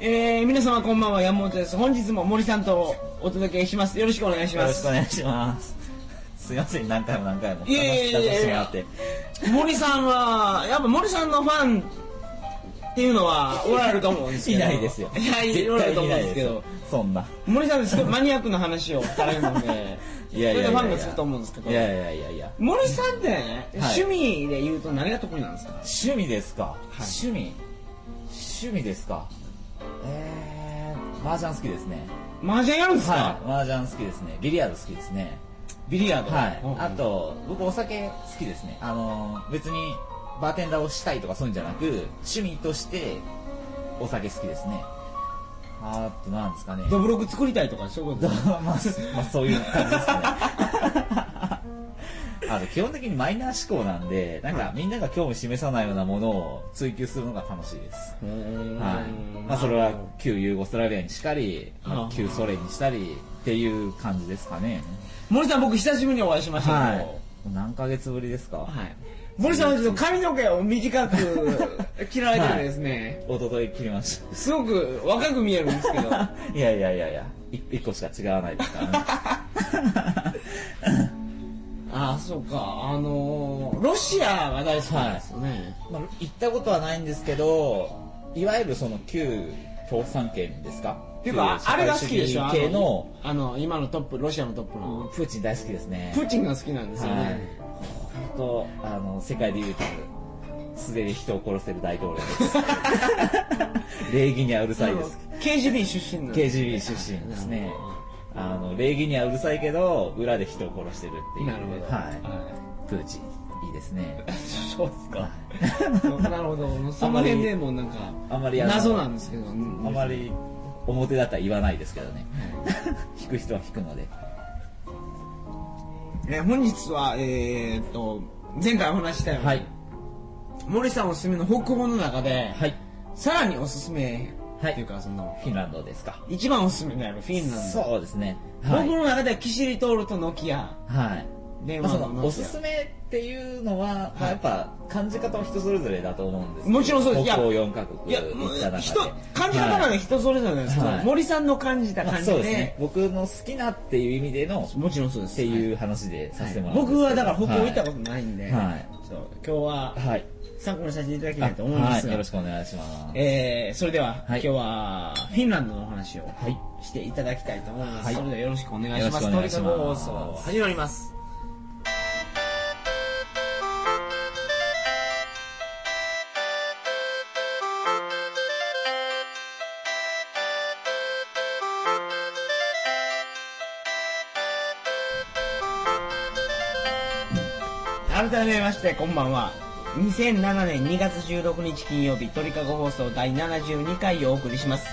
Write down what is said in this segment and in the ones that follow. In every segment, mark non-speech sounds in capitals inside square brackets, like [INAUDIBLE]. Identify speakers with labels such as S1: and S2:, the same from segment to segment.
S1: えー、皆様こんばんは山本です本日も森さんとお届けしますよろしくお願いし
S2: よ
S1: ま
S2: ろしく
S1: す
S2: お願いします。すいません、何回も何回も。
S1: いやいやいやいや
S2: 話し方しても
S1: 森さんはやっぱ森さんのファンっていうのはおられると思うんですけど
S2: らっていないですよ。
S1: いや
S2: 絶
S1: い
S2: 対
S1: おられると思
S2: い
S1: う
S2: なんい
S1: ですけ
S2: よ
S1: ど。
S2: そんな。
S1: 森さんってすごいマニアックな話をされるので
S2: いやいやいやいや
S1: それでファンがつくと思うんですけど
S2: いやいやいやいや。
S1: 森さんってね、
S2: はい
S1: 趣味で言うと何が得意なんですか
S2: 趣味ですか、趣味趣味ですかえー、麻雀好きですね。
S1: 麻雀やるんですか、
S2: はい。麻雀好きですね。ビリヤード好きですね。
S1: ビリヤード
S2: はい
S1: うんう。ん
S2: あと、僕お酒好きですね。あのー、別にバーテンダーをしたいとかそういうんじゃなく、趣味としてお酒好きですね。あと、なんですかね。
S1: ドブログ作りたいとかそういうこと
S2: ど
S1: ですか
S2: まあ、すまあ、そういう感じですね。あの基本的にマイナー思考なんで、なんかみんなが興味示さないようなものを追求するのが楽しいです。はい。まあそれは旧ユーゴスラビアにしかり、まあ旧ソ連にしたりっていう感じですかね。
S1: 森さん僕久しぶりにお会いしましたけど、
S2: はい。何ヶ月ぶりですか、
S1: はい。森さんはちょっと髪の毛を短
S2: [LAUGHS]
S1: く切られてるんですね、
S2: 一昨日切りまし
S1: すごく若く見えるんですけど。
S2: た。いやいやいやいや、い一個しか違わないですからね。
S1: [LAUGHS] ああ、そうか。あのーロシアが大好きなんですよね。
S2: まあ、行ったことはないんですけどいわゆるその旧共産圏ですか
S1: っていうか、
S2: 旧
S1: あれが好きでし
S2: 社
S1: ょ
S2: 会主義系の
S1: あの、あの今のトップ、ロシアのトップの。
S2: プーチン大好きですね
S1: プーチンが好きなんですよ
S2: はい
S1: ね。
S2: 本当あの世界で唯一素手で人を殺せる大統領です
S1: [LAUGHS]
S2: 礼儀にはうるさいです
S1: KGB 出身なんです
S2: KGB 出身ですねあの礼儀にはうるさいけど裏で人を殺してるっていう
S1: なるほど。
S2: はい、プーチンいいですね
S1: [LAUGHS] そうですか
S2: [LAUGHS] は。
S1: なるほど。その辺でもうなんか、
S2: あんまりあの
S1: 謎なんですけど。
S2: あまり表だったら言わないですけどね引く人は引くので
S1: えー本日は、えーっと、前回お話ししたように、
S2: はい
S1: 森さんおすすめの北欧の中で、
S2: はい
S1: さらにおすすめ、
S2: はい
S1: っていうか、その、
S2: フィンランドですか
S1: 一番おすすめであるフィンランド。
S2: そうですねはい、
S1: 僕の中ではキシリトールとノキア。
S2: はい
S1: で、
S2: まあ、そ
S1: まあノ
S2: の
S1: キア
S2: おすすめっていうのは、まあ、やっぱ感じ方は人それぞれだと思うんですけど
S1: もちろんそうですいや
S2: 北欧4カ国
S1: いや、
S2: 行
S1: もう
S2: った中で
S1: 人、感じ方なん
S2: はい
S1: で人それぞれなんですけど、
S2: はい
S1: 森さんの感じた
S2: まあ
S1: 感じ
S2: そう
S1: で、
S2: ですね僕の好きなっていう意味での
S1: もちろんそうです。
S2: っていう話でさせてもら
S1: はい僕はだから北欧
S2: 方
S1: 行った
S2: こ
S1: ことないんで、
S2: はい
S1: そう今日は
S2: はい、はい
S1: 参考にさせていただきた
S2: あ
S1: いと思います
S2: はい、
S1: が、
S2: よろしくお願いします
S1: えーそれでは、
S2: は
S1: 今
S2: い
S1: 日はフィンランドのお話を
S2: はい
S1: していただきたいと思います、
S2: はい
S1: それではよろしくお願いします
S2: よろしくお願いし
S1: トリ
S2: ま
S1: カ
S2: す
S1: ゴ放送始まります改めましてこんばんは2007年2月16日金曜日鳥かご放送第72回をお送りします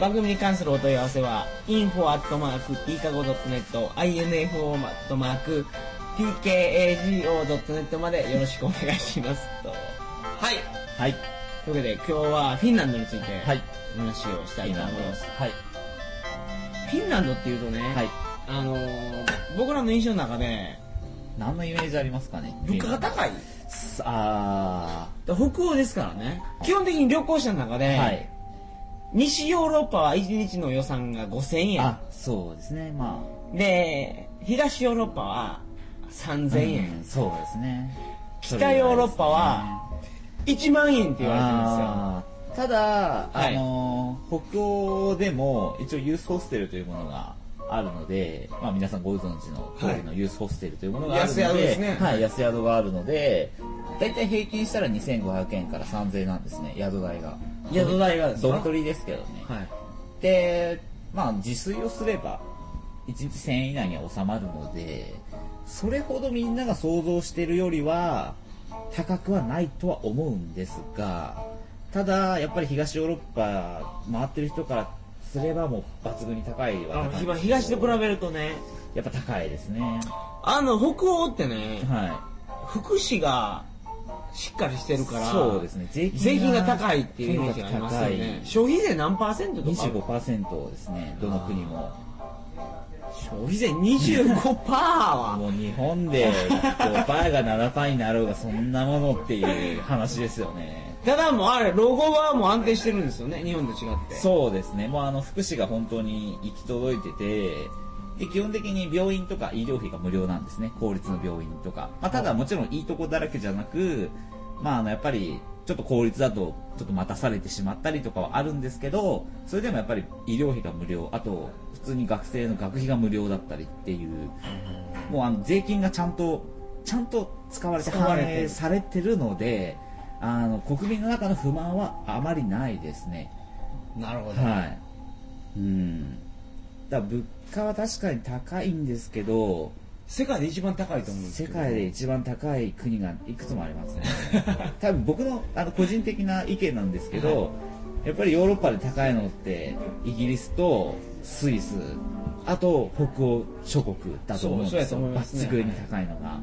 S1: 番組に関するお問い合わせは info.tkago.net info.tkago.net までよろしくお願いしますとはい
S2: はい
S1: というわけで今日はフィンランドについて
S2: はい
S1: お話をし
S2: フ
S1: た
S2: ィ
S1: い
S2: ン
S1: と
S2: ラ
S1: 思
S2: ン
S1: い
S2: ド
S1: ます、
S2: はい
S1: フィンランドっていうとね、
S2: はい
S1: あのー僕らの印象の中で
S2: 何のイメージありますかね
S1: 物価が高い
S2: あ
S1: 北欧ですからね基本的に旅行者の中で、
S2: ーはい
S1: 西ヨーロッパは1日の予算が5000円
S2: あそうですねまあ
S1: で東ヨーロッパは3000円、
S2: うんそうですね
S1: 北ヨーロッパは1万円っ
S2: そ
S1: て
S2: れ
S1: 言わ
S2: ぐら
S1: れてるんですよ
S2: いですねあーただ、
S1: はい
S2: あのー北欧でも一応ユースホステルというものがあるので、まあ、皆さんご存知の通りのユースホステルというものがあるので,、
S1: 安宿ですね
S2: はい、安宿があるので大体平均したら2500円から3000円なんですね宿代が
S1: 宿代がですか
S2: ドミトリーですけどね、
S1: はい
S2: でまあ自炊をすれば1日1000円以内には収まるのでそれほどみんなが想像してるよりは高くはないとは思うんですがただやっぱり東ヨーロッパ回ってる人からすればもう抜群に高いは
S1: あ
S2: 高いん
S1: 今
S2: ですけど
S1: 東と比べるとね
S2: やっぱ高いですねは
S1: あの北欧ってね福祉がしっかりしてる
S2: い
S1: から
S2: そうですね税金
S1: 税金が高いっていうイメージがありますよ
S2: とに
S1: ね
S2: かく
S1: 消費税何パーセント
S2: 高
S1: と
S2: い
S1: か
S2: 25%ですねどの国も
S1: 消費税25%は
S2: もう日本で5パーが7パーになろうがそんなものっていう話ですよね。
S1: ただもうあれロゴはもう安定してるんですよね日本と違って
S2: そうですね、もうあの福祉が本当に行き届いてて、で基本的に病院とか医療費が無料なんですね、公立の病院とか。まあ、ただもちろんいいとこだらけじゃなく、まあ、あのやっぱりちょっと公立だとちょっと待たされてしまったりとかはあるんですけど、それでもやっぱり医療費が無料、あと普通に学生の学費が無料だったりっていう、もうあの税金がちゃんと、ちゃんと使われて
S1: 使わ
S2: 反
S1: れてる
S2: 映されてるので、あの国民の中の不満はあまりないですね。
S1: なるほど、
S2: はい。うん。だから物価は確かに高いんですけど、
S1: 世界で一番高いと思うんです
S2: 世
S1: けど
S2: 界で一番高い国がいくつもあ
S1: [LAUGHS]
S2: りますね。多分僕のあの個人的な意見なんですけど、やっぱりヨーロッパで高いのってイギリスとスイス、あと北欧諸国だと思うん
S1: そうそう
S2: で
S1: や
S2: す
S1: と
S2: よ。
S1: 思いますね
S2: 抜群に高いのが。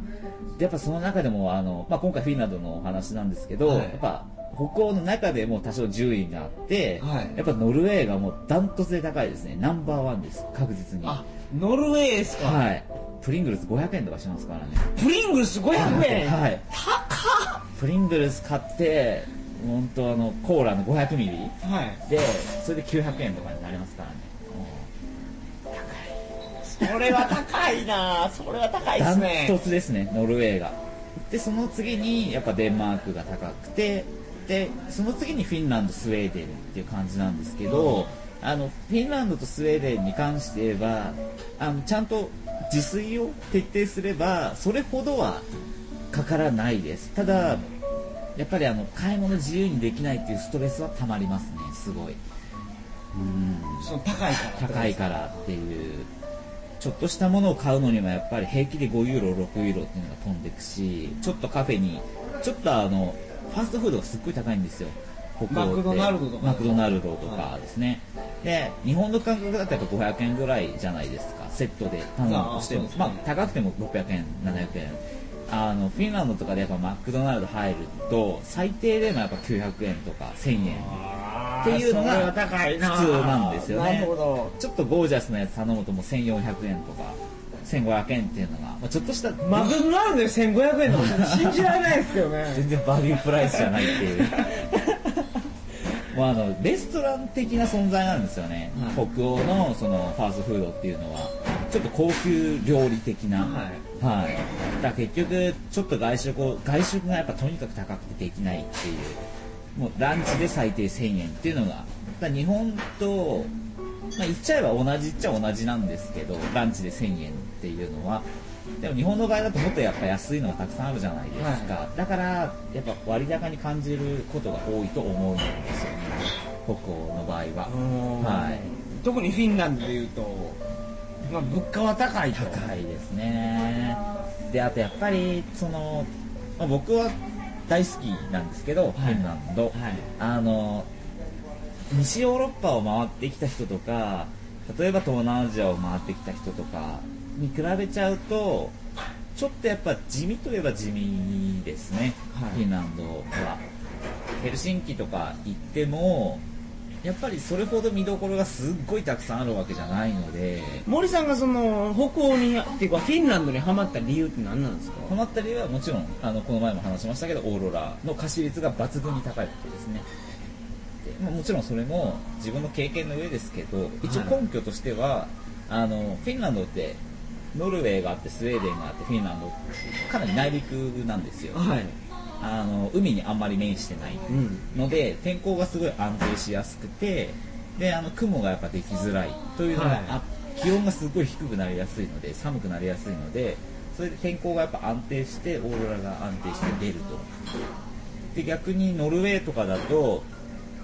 S2: でやっぱその中でもあの、まあ、今回フィンランドのお話なんですけど、
S1: はい
S2: やっぱ北欧の中でも多少順位があって、
S1: はい
S2: やっぱノルウェーがもうダントツで高いですねナンバーワンです確実に
S1: あ
S2: は
S1: ノルウェーですか、
S2: いプリングルス500円とかしますからね
S1: プリングルス500円、
S2: はいプリングルス買って本当あのコーラの500ミリ
S1: はい
S2: でそれで900円とかになりますからね
S1: それは高いなそれは高いで
S2: ダ
S1: す
S2: ン
S1: ね
S2: トツですねノルウェーがでその次にやっぱデンマークが高くてでその次にフィンランドスウェーデンっていう感じなんですけど、あのフィンランドとスウェーデンに関して言えばあのちゃんと自炊を徹底すればそれほどはかからないですただやっぱりあの買い物自由にできないっていうストレスはたまりますねすごい
S1: その高いから
S2: 高いからっていうちょっとしたものを買うのにもやっぱり平気で5ユーロ6ユーロっていうのが飛んでくしちょっとカフェにちょっとあのファーストフードがすっごい高いんですよ北欧って
S1: マクドナルドとか
S2: マクドナルドとかですね、で日本の感覚だとやっぱ500円ぐらいじゃないですかセットで頼むとしても
S1: ああそうですね
S2: まあ高くても600円700円あのフィンランドとかでやっぱマクドナルド入ると最低でもやっぱ900円とか1000円
S1: っ
S2: っていうのが
S1: 高いな
S2: 普通なんですよね
S1: なるほど
S2: ちょっとゴージャスなやつ頼むともう1400円とか1500円っていうのが、まあ、ちょっとした
S1: マクドナルドで1500円とか信じられないですけど
S2: 全
S1: ね
S2: 然バリュープライスじゃないって
S1: [LAUGHS]
S2: いうもうあのレストラン的な存在なんですよね、
S1: はい
S2: 北欧のそのファーストフードっていうのはちょっと高級料理的な、
S1: は
S2: はいだから結局ちょっと外食を外食がやっぱとにかく高くてできないっていうもうランチで最低1000円っていうのがだから日本と、まあ、言っちゃえば同じっちゃ同じなんですけどランチで1000円っていうのはでも日本の場合だともっとやっぱ安いのがたくさんあるじゃないですか、だからやっぱ割高に感じることが多いと思うんですよね北欧の場合は、
S1: うん
S2: はい
S1: 特にフィンランドでいうと、まあ、物価は高いと
S2: 高いですねであとやっぱりその、まあ僕は大好きなんですけど、フィンランド、
S1: はい
S2: あの西ヨーロッパを回ってきた人とか例えば東南アジアを回ってきた人とかに比べちゃうとちょっとやっぱ地味といえば地味ですね、
S1: はい
S2: フィンランドはヘルシンキとか行ってもやっぱりそれほど見どころがすっごいたくさんあるわけじゃないので
S1: 森さんがその北欧にっていうかフィンランドにハマった理由って何なんですか
S2: この辺りはもちろんあのこの前も話しましたけどオーロラの可視率が抜群に高いことですねで、まあもちろんそれも自分の経験の上ですけど一応根拠としては、あのフィンランドってノルウェーがあってスウェーデンがあってフィンランドってかなり内陸なんですよ
S1: はい、
S2: あの海にあんまり面してない
S1: うん、
S2: ので天候がすごい安定しやすくてであの雲がやっぱできづらいというのが、
S1: はい
S2: あ気温がすごい低くなりやすいので寒くなりやすいのでそれで天候がやっぱ安定してオーロラが安定して出るとで逆にノルウェーとかだと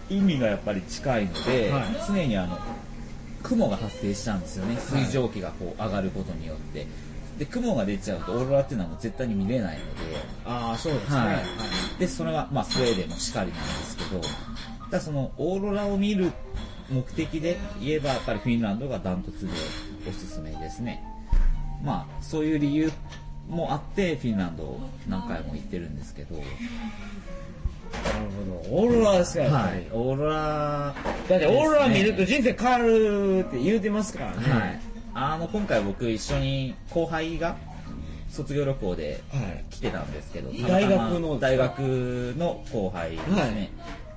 S2: 海がやっぱり近いので、
S1: はい
S2: 常にあの雲が発生しちゃうんですよね水蒸気がこう上がることによってで雲が出ちゃうとオーロラっていうのはもう絶対に見れないので
S1: ああそうですね、
S2: はい
S1: はい
S2: でそれは、まあ、スウェーデンもしかりなんですけどだからそのオーロラを見る目的で言えばやっぱりフィンランドがダントツでおすすめですねまあそういう理由もあってフィンランドを何回も行ってるんですけど、は
S1: なるほどオーロラですから、やっぱり
S2: い、オーロラ
S1: だってオーロラ見ると
S2: ですね
S1: 人生変わるって言うてますからね、
S2: はい、あの今回僕一緒に後輩が卒業旅行で
S1: はい
S2: 来てたんですけど、
S1: 大学の
S2: たまたま大学の後輩ですね、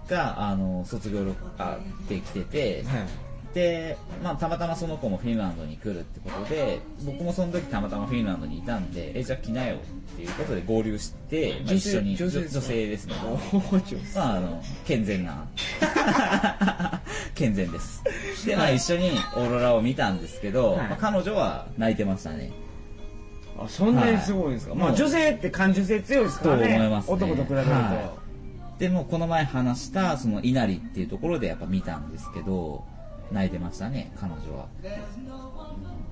S2: があの卒業旅行あで来てて、
S1: はい
S2: で、まあ、たまたまその子もフィンランドに来るってことで僕もその時たまたまフィンランドにいたんでえじゃあ来なよっていうことで合流して、ま
S1: 女
S2: あ、
S1: 性
S2: 一緒に
S1: 女性ですか
S2: 女性ですね
S1: おーちょ
S2: まあ、あの健全
S1: [LAUGHS]
S2: な健全ですで、まあ、一緒にオーロラを見たんですけど、
S1: はい
S2: まあ彼女は泣いてましたね
S1: あそんなにすごいんですか、
S2: はい
S1: まあ女性って感受性強いですからね
S2: と思いますね
S1: 男と比べると、
S2: はでもうこの前話したその稲荷っていうところでやっぱ見たんですけど泣いてましたね彼女は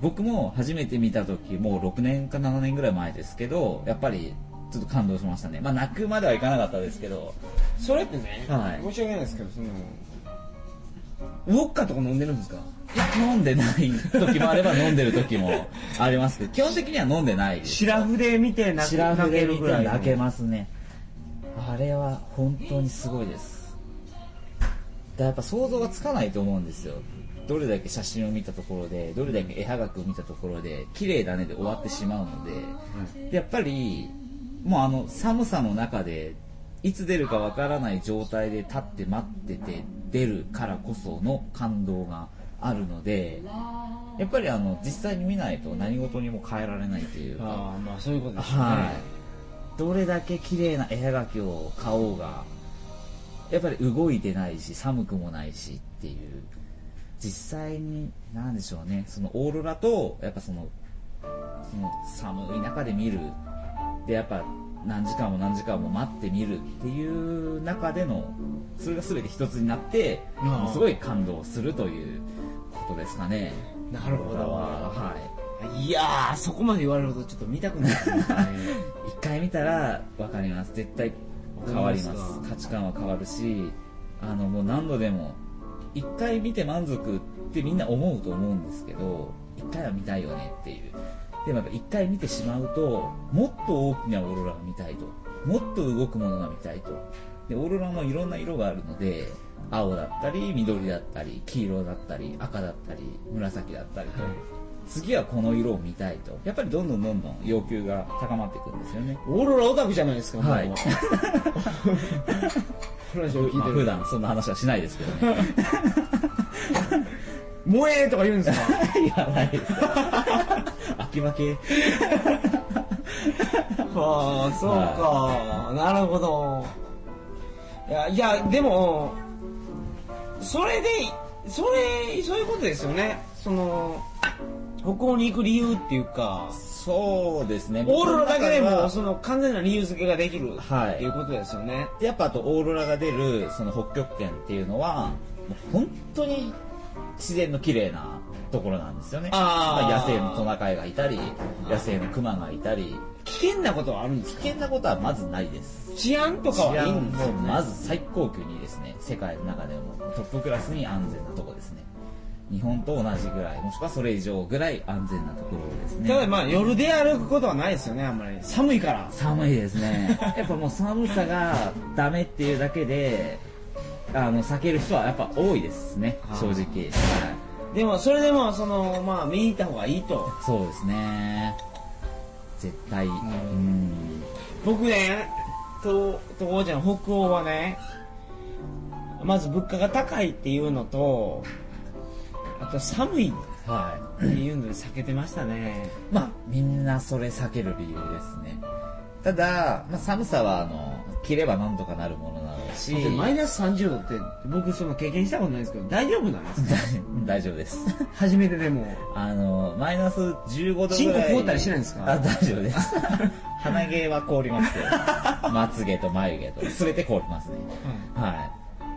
S2: 僕も初めて見た時もう6年か7年ぐらい前ですけどやっぱりちょっと感動しましたねまあ泣くまではいかなかったですけど
S1: それってね、
S2: はい
S1: 申し訳ないですけどそのウォッカとか飲んでるんですか
S2: いや飲んでない時もあれば飲んでる時もありますけど基本的には飲んでないです
S1: 白筆見て泣
S2: 白
S1: 泣
S2: 筆
S1: け
S2: 見
S1: る
S2: て
S1: ぐらいの
S2: 泣けますねあれは本当にすごいですだからやっぱ想像がつかないと思うんですよどれだけ写真を見たところでどれだけ絵はがくを見たところで綺麗だねで終わってしまうので、でやっぱりもうあの寒さの中でいつ出るかわからない状態で立って待ってて出るからこその感動があるのでやっぱりあの実際に見ないと何事にも変えられないというか
S1: ああまあそういうことですね、
S2: はい、どれだけ綺麗な絵はがきを買おうがやっぱり動いてないし寒くもないしっていう実際に何でしょうねそのオーロラとやっぱそのその寒い中で見るでやっぱ何時間も何時間も待って見るっていう中でのそれが全て一つになって
S1: ああ
S2: すごい感動するということですかね。
S1: なるほど
S2: はい
S1: いやーそこまで言われるとちょっと見たくないですね
S2: 一回見たら分かります絶対変
S1: わ
S2: わりま
S1: かり
S2: す
S1: ます
S2: 価値観は変わるしあのもう何度でも一回見て満足ってみんな思うと思うんですけど一回は見たいよねっていうでもやっぱ一回見てしまうともっと大きなオーロラが見たいともっと動くものが見たいとでオーロラもいろんな色があるので青だったり緑だったり黄色だったり赤だったり紫だったりと、
S1: はい
S2: 次はこの色を見たいとやっぱりどんどんどんどん要求が高まっていくんですよね
S1: オーロラオタクじゃないですかもう
S2: はい
S1: 話を
S2: まあ
S1: 聞いて
S2: 普
S1: る
S2: 段そんな話はしないですけどね
S1: 「萌え!」とか言うんですか
S2: いやない [LAUGHS] ですよ秋負け
S1: ああそうかなるほどいやいやでもそれでそれそういうことですよねその北欧に行く理由っていうか
S2: そうですね
S1: オーロラだけで
S2: 僕の中
S1: も
S2: は
S1: その完全な理由付けができる
S2: はい
S1: っていうことですよね、
S2: でやっぱあとオーロラが出るその北極圏っていうのはもう本当に自然の綺麗なところなんですよね
S1: あー
S2: ま野生のトナカイがいたり野生のクマがいたり
S1: 危険なことはあるんです
S2: 危
S1: か
S2: 険なことはまずないです
S1: 治安とか
S2: 治
S1: はいい
S2: 安
S1: んです
S2: も
S1: よね
S2: まず最高級にですね世界の中でもトップクラスに安全なとこですね日本と同じぐらいもしくはそれ以上ぐらい安全なところですね
S1: ただまあ夜で歩くことはないですよねあんまり寒いから
S2: 寒いですね [LAUGHS] やっぱもう寒さがダメっていうだけであの避ける人はやっぱ多いですね
S1: あー
S2: 正直、はい、
S1: でもそれでもそのまあ見に行った方がいいと
S2: そうですね絶対うん
S1: 僕ね東東欧じゃん北欧はねまず物価が高いっていうのとあと寒い
S2: は
S1: っていうので避けてましたね
S2: いまあみんなそれ避ける理由ですねただ、まあ、寒さはあの着ればなんとかなるものなのし
S1: だってマイナス30度って僕その経験したことないですけど大丈夫なんですか
S2: [LAUGHS] 大丈夫です
S1: [LAUGHS] 初めてでも
S2: あのマイナス15度ぐらい
S1: チンコ凍ったりしないんですか
S2: あ大丈夫です鼻毛は凍りますけどまつげと眉毛と全て凍りますねは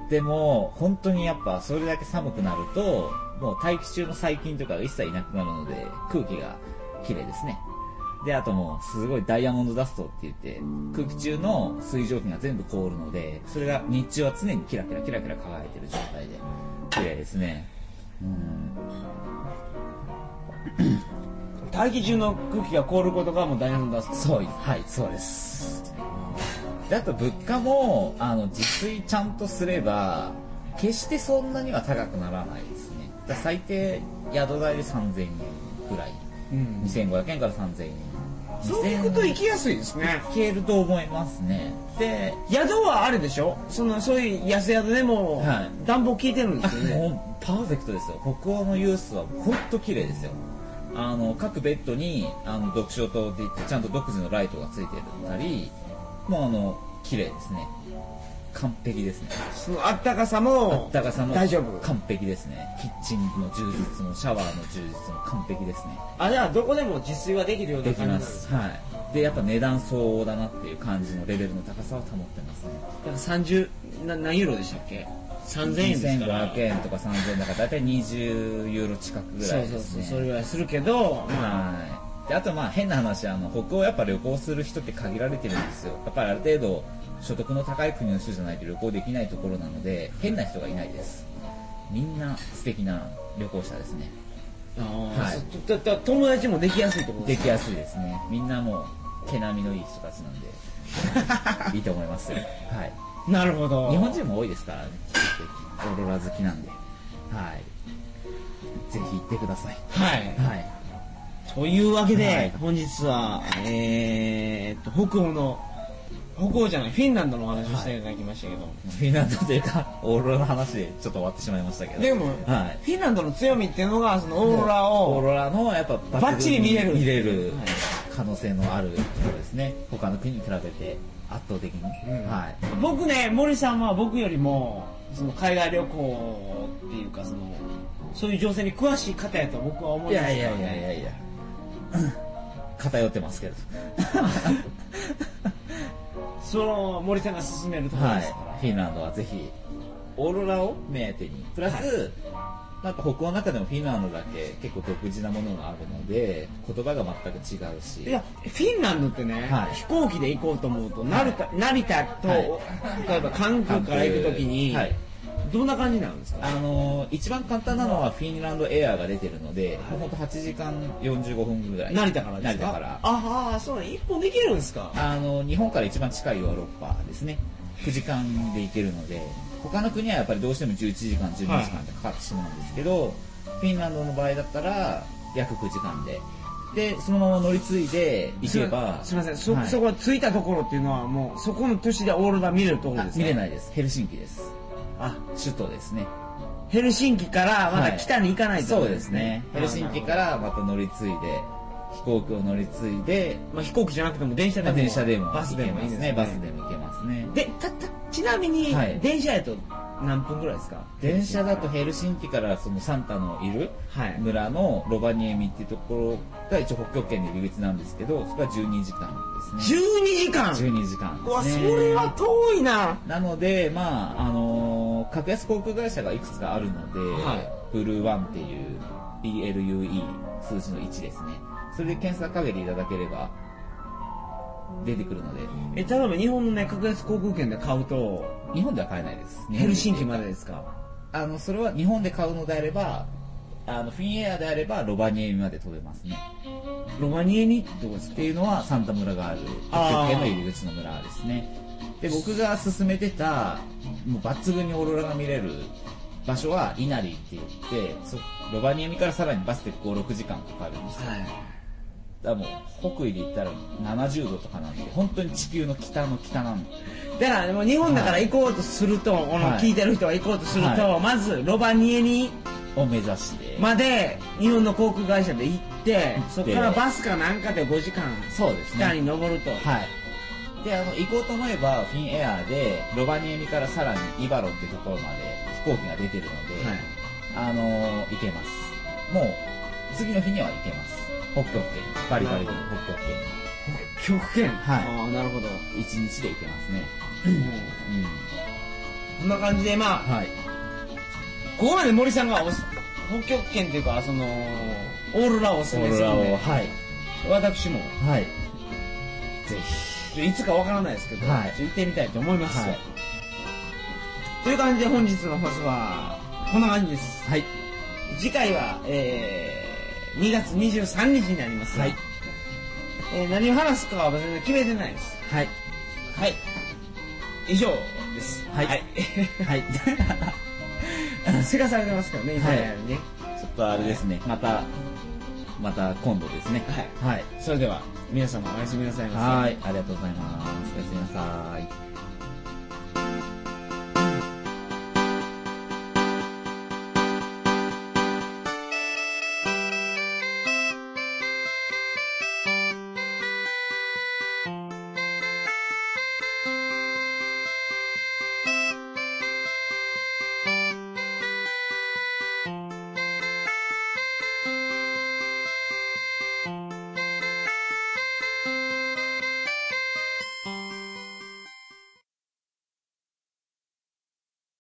S2: いでも本当にやっぱそれだけ寒くなるともう大気中の細菌とかが一切いなくなるので空気がきれいですねであともうすごいダイヤモンドダストって言って空気中の水蒸気が全部凍るのでそれが日中は常にキラキラキラキラ輝いてる状態で綺麗ですねうん
S1: 大気中の空気が凍ることがもう大変だす
S2: そういはいそうですであと物価もあの自炊ちゃんとすれば決してそんなには高くならないですねだ最低宿代で3000円ぐらい
S1: うん
S2: 2500円から3000円
S1: そう聞くと行きやすいですね
S2: 行けると思いますねで
S1: 宿はあるでしょそのそういう安宿でも、
S2: はい
S1: 暖房効いてるんで
S2: あ
S1: すよね
S2: もうパーフェクトですよ北欧のユースはほんと綺麗ですよあの各ベッドにあの読書灯っていってちゃんと独自のライトがついてるったりもうあの綺麗ですね完璧ですね
S1: そのあったかさ
S2: あ
S1: も
S2: ったかさも
S1: 大丈夫
S2: 完璧ですねキッチンの充実もシャワーの充実も完璧ですね
S1: あじゃあどこでも自炊はできるような
S2: でき
S1: 感じなん
S2: ま
S1: です
S2: すはいでやっぱ値段相応だなっていう感じのレベルの高さは保ってますね
S1: だから30な何ユーロでしたっけ3000円ですから
S2: 2500円とか3000円だから大体20ユーロ近くぐらい
S1: そう
S2: で
S1: そう
S2: す
S1: そう
S2: ね
S1: それぐらいするけど、
S2: はいであとまあ変な話あの北欧やっぱ旅行する人って限られてるんですよやっぱりある程度所得の高い国の人じゃないと旅行できないところなので変な人がいないですみんな素敵な旅行者ですね
S1: あー
S2: はい
S1: そうだだだ友達もできやすいってこと
S2: で
S1: です
S2: きやすいですねみんなもう毛並みのいい人たちなんでいいと思いますよはい
S1: [LAUGHS] なるほど
S2: 日本人も多いですからねオーロラ好きなんではいぜひ行ってください
S1: はい
S2: はい
S1: というわけで、
S2: はい
S1: 本日は、えーっと、北欧の、北欧じゃない、フィンランドのお話をしていただきましたけど、
S2: フィンランドというかオーロラの話でちょっと終わってしまいましたけど
S1: でも、
S2: はい
S1: フィンランドの強みっていうのが、そのオーロラ
S2: オー
S1: を、
S2: ロラのやっぱ抜群に
S1: バッチリ見れる
S2: 見れる
S1: はい
S2: 可能性のあるところですね他の国に比べて圧倒的に、
S1: うん
S2: はい
S1: 僕ね、森さんは僕よりも、その海外旅行っていうか、その、そういう情勢に詳しい方やと僕は思
S2: い
S1: います
S2: や
S1: から
S2: いやいやいやいや [LAUGHS] 偏ってますけ [LAUGHS] ど
S1: その森さんが勧めるところ
S2: は
S1: で
S2: い
S1: すから。
S2: フィンランドはぜひオーロラを目当てにプラス、なんか北欧の中でもフィンランドだけ結構独自なものがあるので言葉が全く違うし
S1: いやフィンランドってね、
S2: はい
S1: 飛行機で行こうと思うと成田,、成田と、
S2: はい
S1: 例えば韓国から行くときに、
S2: はい
S1: どんな感じなんですか
S2: あのー一番簡単なのはフィンランドエアーが出てるので、もうほんと8時間45分ぐらい
S1: 成田からですか
S2: 成田から
S1: ああそうなん一本できるんですか
S2: あのー日本から一番近いヨーロッパですね9時間で行けるので他の国はやっぱりどうしても11時間12時間ってかかってしまうんですけど、フィンランドの場合だったら約9時間ででそのまま乗り継いで行けば
S1: すみませんそ,、
S2: はい
S1: そこ着いたところっていうのはもうそこの都市でオーロラ見れるところ
S2: あ
S1: ですか
S2: 見れ
S1: い
S2: ないですヘルシンキです
S1: あ
S2: 首都ですね
S1: ヘルシンキからまだ北に行かないと、
S2: そうですねヘルシンキか
S1: あーなる
S2: らまた乗り継いで飛行機を乗り継いで
S1: ほどまあ、飛行機じゃなくても電車で
S2: まあ
S1: も
S2: 電車でも
S1: バスでもいい
S2: 行け
S1: で
S2: ます
S1: ね
S2: すねバスでも行けますね
S1: でたたちなみに、
S2: はい
S1: 電車やと何分ぐらいですか
S2: 電車だとヘルシンキからそのサンタのいる
S1: はい
S2: 村のロバニエミっていうところが一応北極圏の入り口なんですけどそれは12時間ですね
S1: 12時間
S2: 12時間
S1: うわ、
S2: ですね
S1: それは遠いな。
S2: なのでまああのー格安航空会社がいくつかあるので、
S1: は
S2: ブルーワンっていう BLUE 数字の1ですねそれで検索かけていただければ出てくるので
S1: え、例えば日本のね、格安航空券で買うと、
S2: 日本では買えないです
S1: ヘルシンキまでですか
S2: あのそれは日本で買うのであればあのフィンエアであればロバニエミまで飛べますね
S1: ロマニエにってことです
S2: っ
S1: か
S2: ていうのはサンタ村がある
S1: あー
S2: 北極圏の入り口の村ですねで僕が勧めてたもう抜群にオーロラが見れる場所は稲荷って言ってそロバニエミからさらにバスで56時間かかるんですよ
S1: はい。
S2: だからもう北緯で言ったら70度とかなんで本当に地球の北の北なんで
S1: だから、もう日本だから行こうとすると、この
S2: はい
S1: 聞いてる人が行こうとすると、
S2: は
S1: まずロバニエに
S2: を目指して、
S1: まで日本の航空会社で行って、そこからバスかなんかで5時間、
S2: そうですね
S1: 北に登ると。
S2: はい。で、あの、行こうと思えば、フィンエアーで、ロバニエミからさらにイバロンってところまで飛行機が出てるので、
S1: はい
S2: あのー行けます。もう、次の日には行けます。北極圏、バリバリで
S1: なる
S2: 北極
S1: 北極圏
S2: はい
S1: ああ、なるほど。
S2: 圏に。一日で行けますね。
S1: うん
S2: う
S1: こんな感じで、まあ、
S2: ん。はい。
S1: ここまで森さんがおす北極圏っていうか、その、オーロラをおすす
S2: オ
S1: め
S2: ー
S1: す
S2: ロ
S1: る
S2: ラ
S1: んで
S2: を、。はい。
S1: 私も
S2: はい。ぜ
S1: ちょいつかわからないですけど、
S2: はい
S1: ちょ行ってみたいと思いま
S2: ひ。
S1: す、
S2: はい。
S1: という感じで本日の放送はこんな感じです
S2: はい。
S1: 次回は、えー、2月23日になりますが、
S2: はい
S1: えー何を話すかは全然決めてないです
S2: はい。
S1: はい以上です
S2: は
S1: [LAUGHS]
S2: い [LAUGHS] はい。
S1: せかされてますからね今ね、
S2: ちょっとあれですね、また、また今度ですね。はい。
S1: それでは皆様おやすみなさいませ
S2: はい。ありがとうございます。おやすみなさい。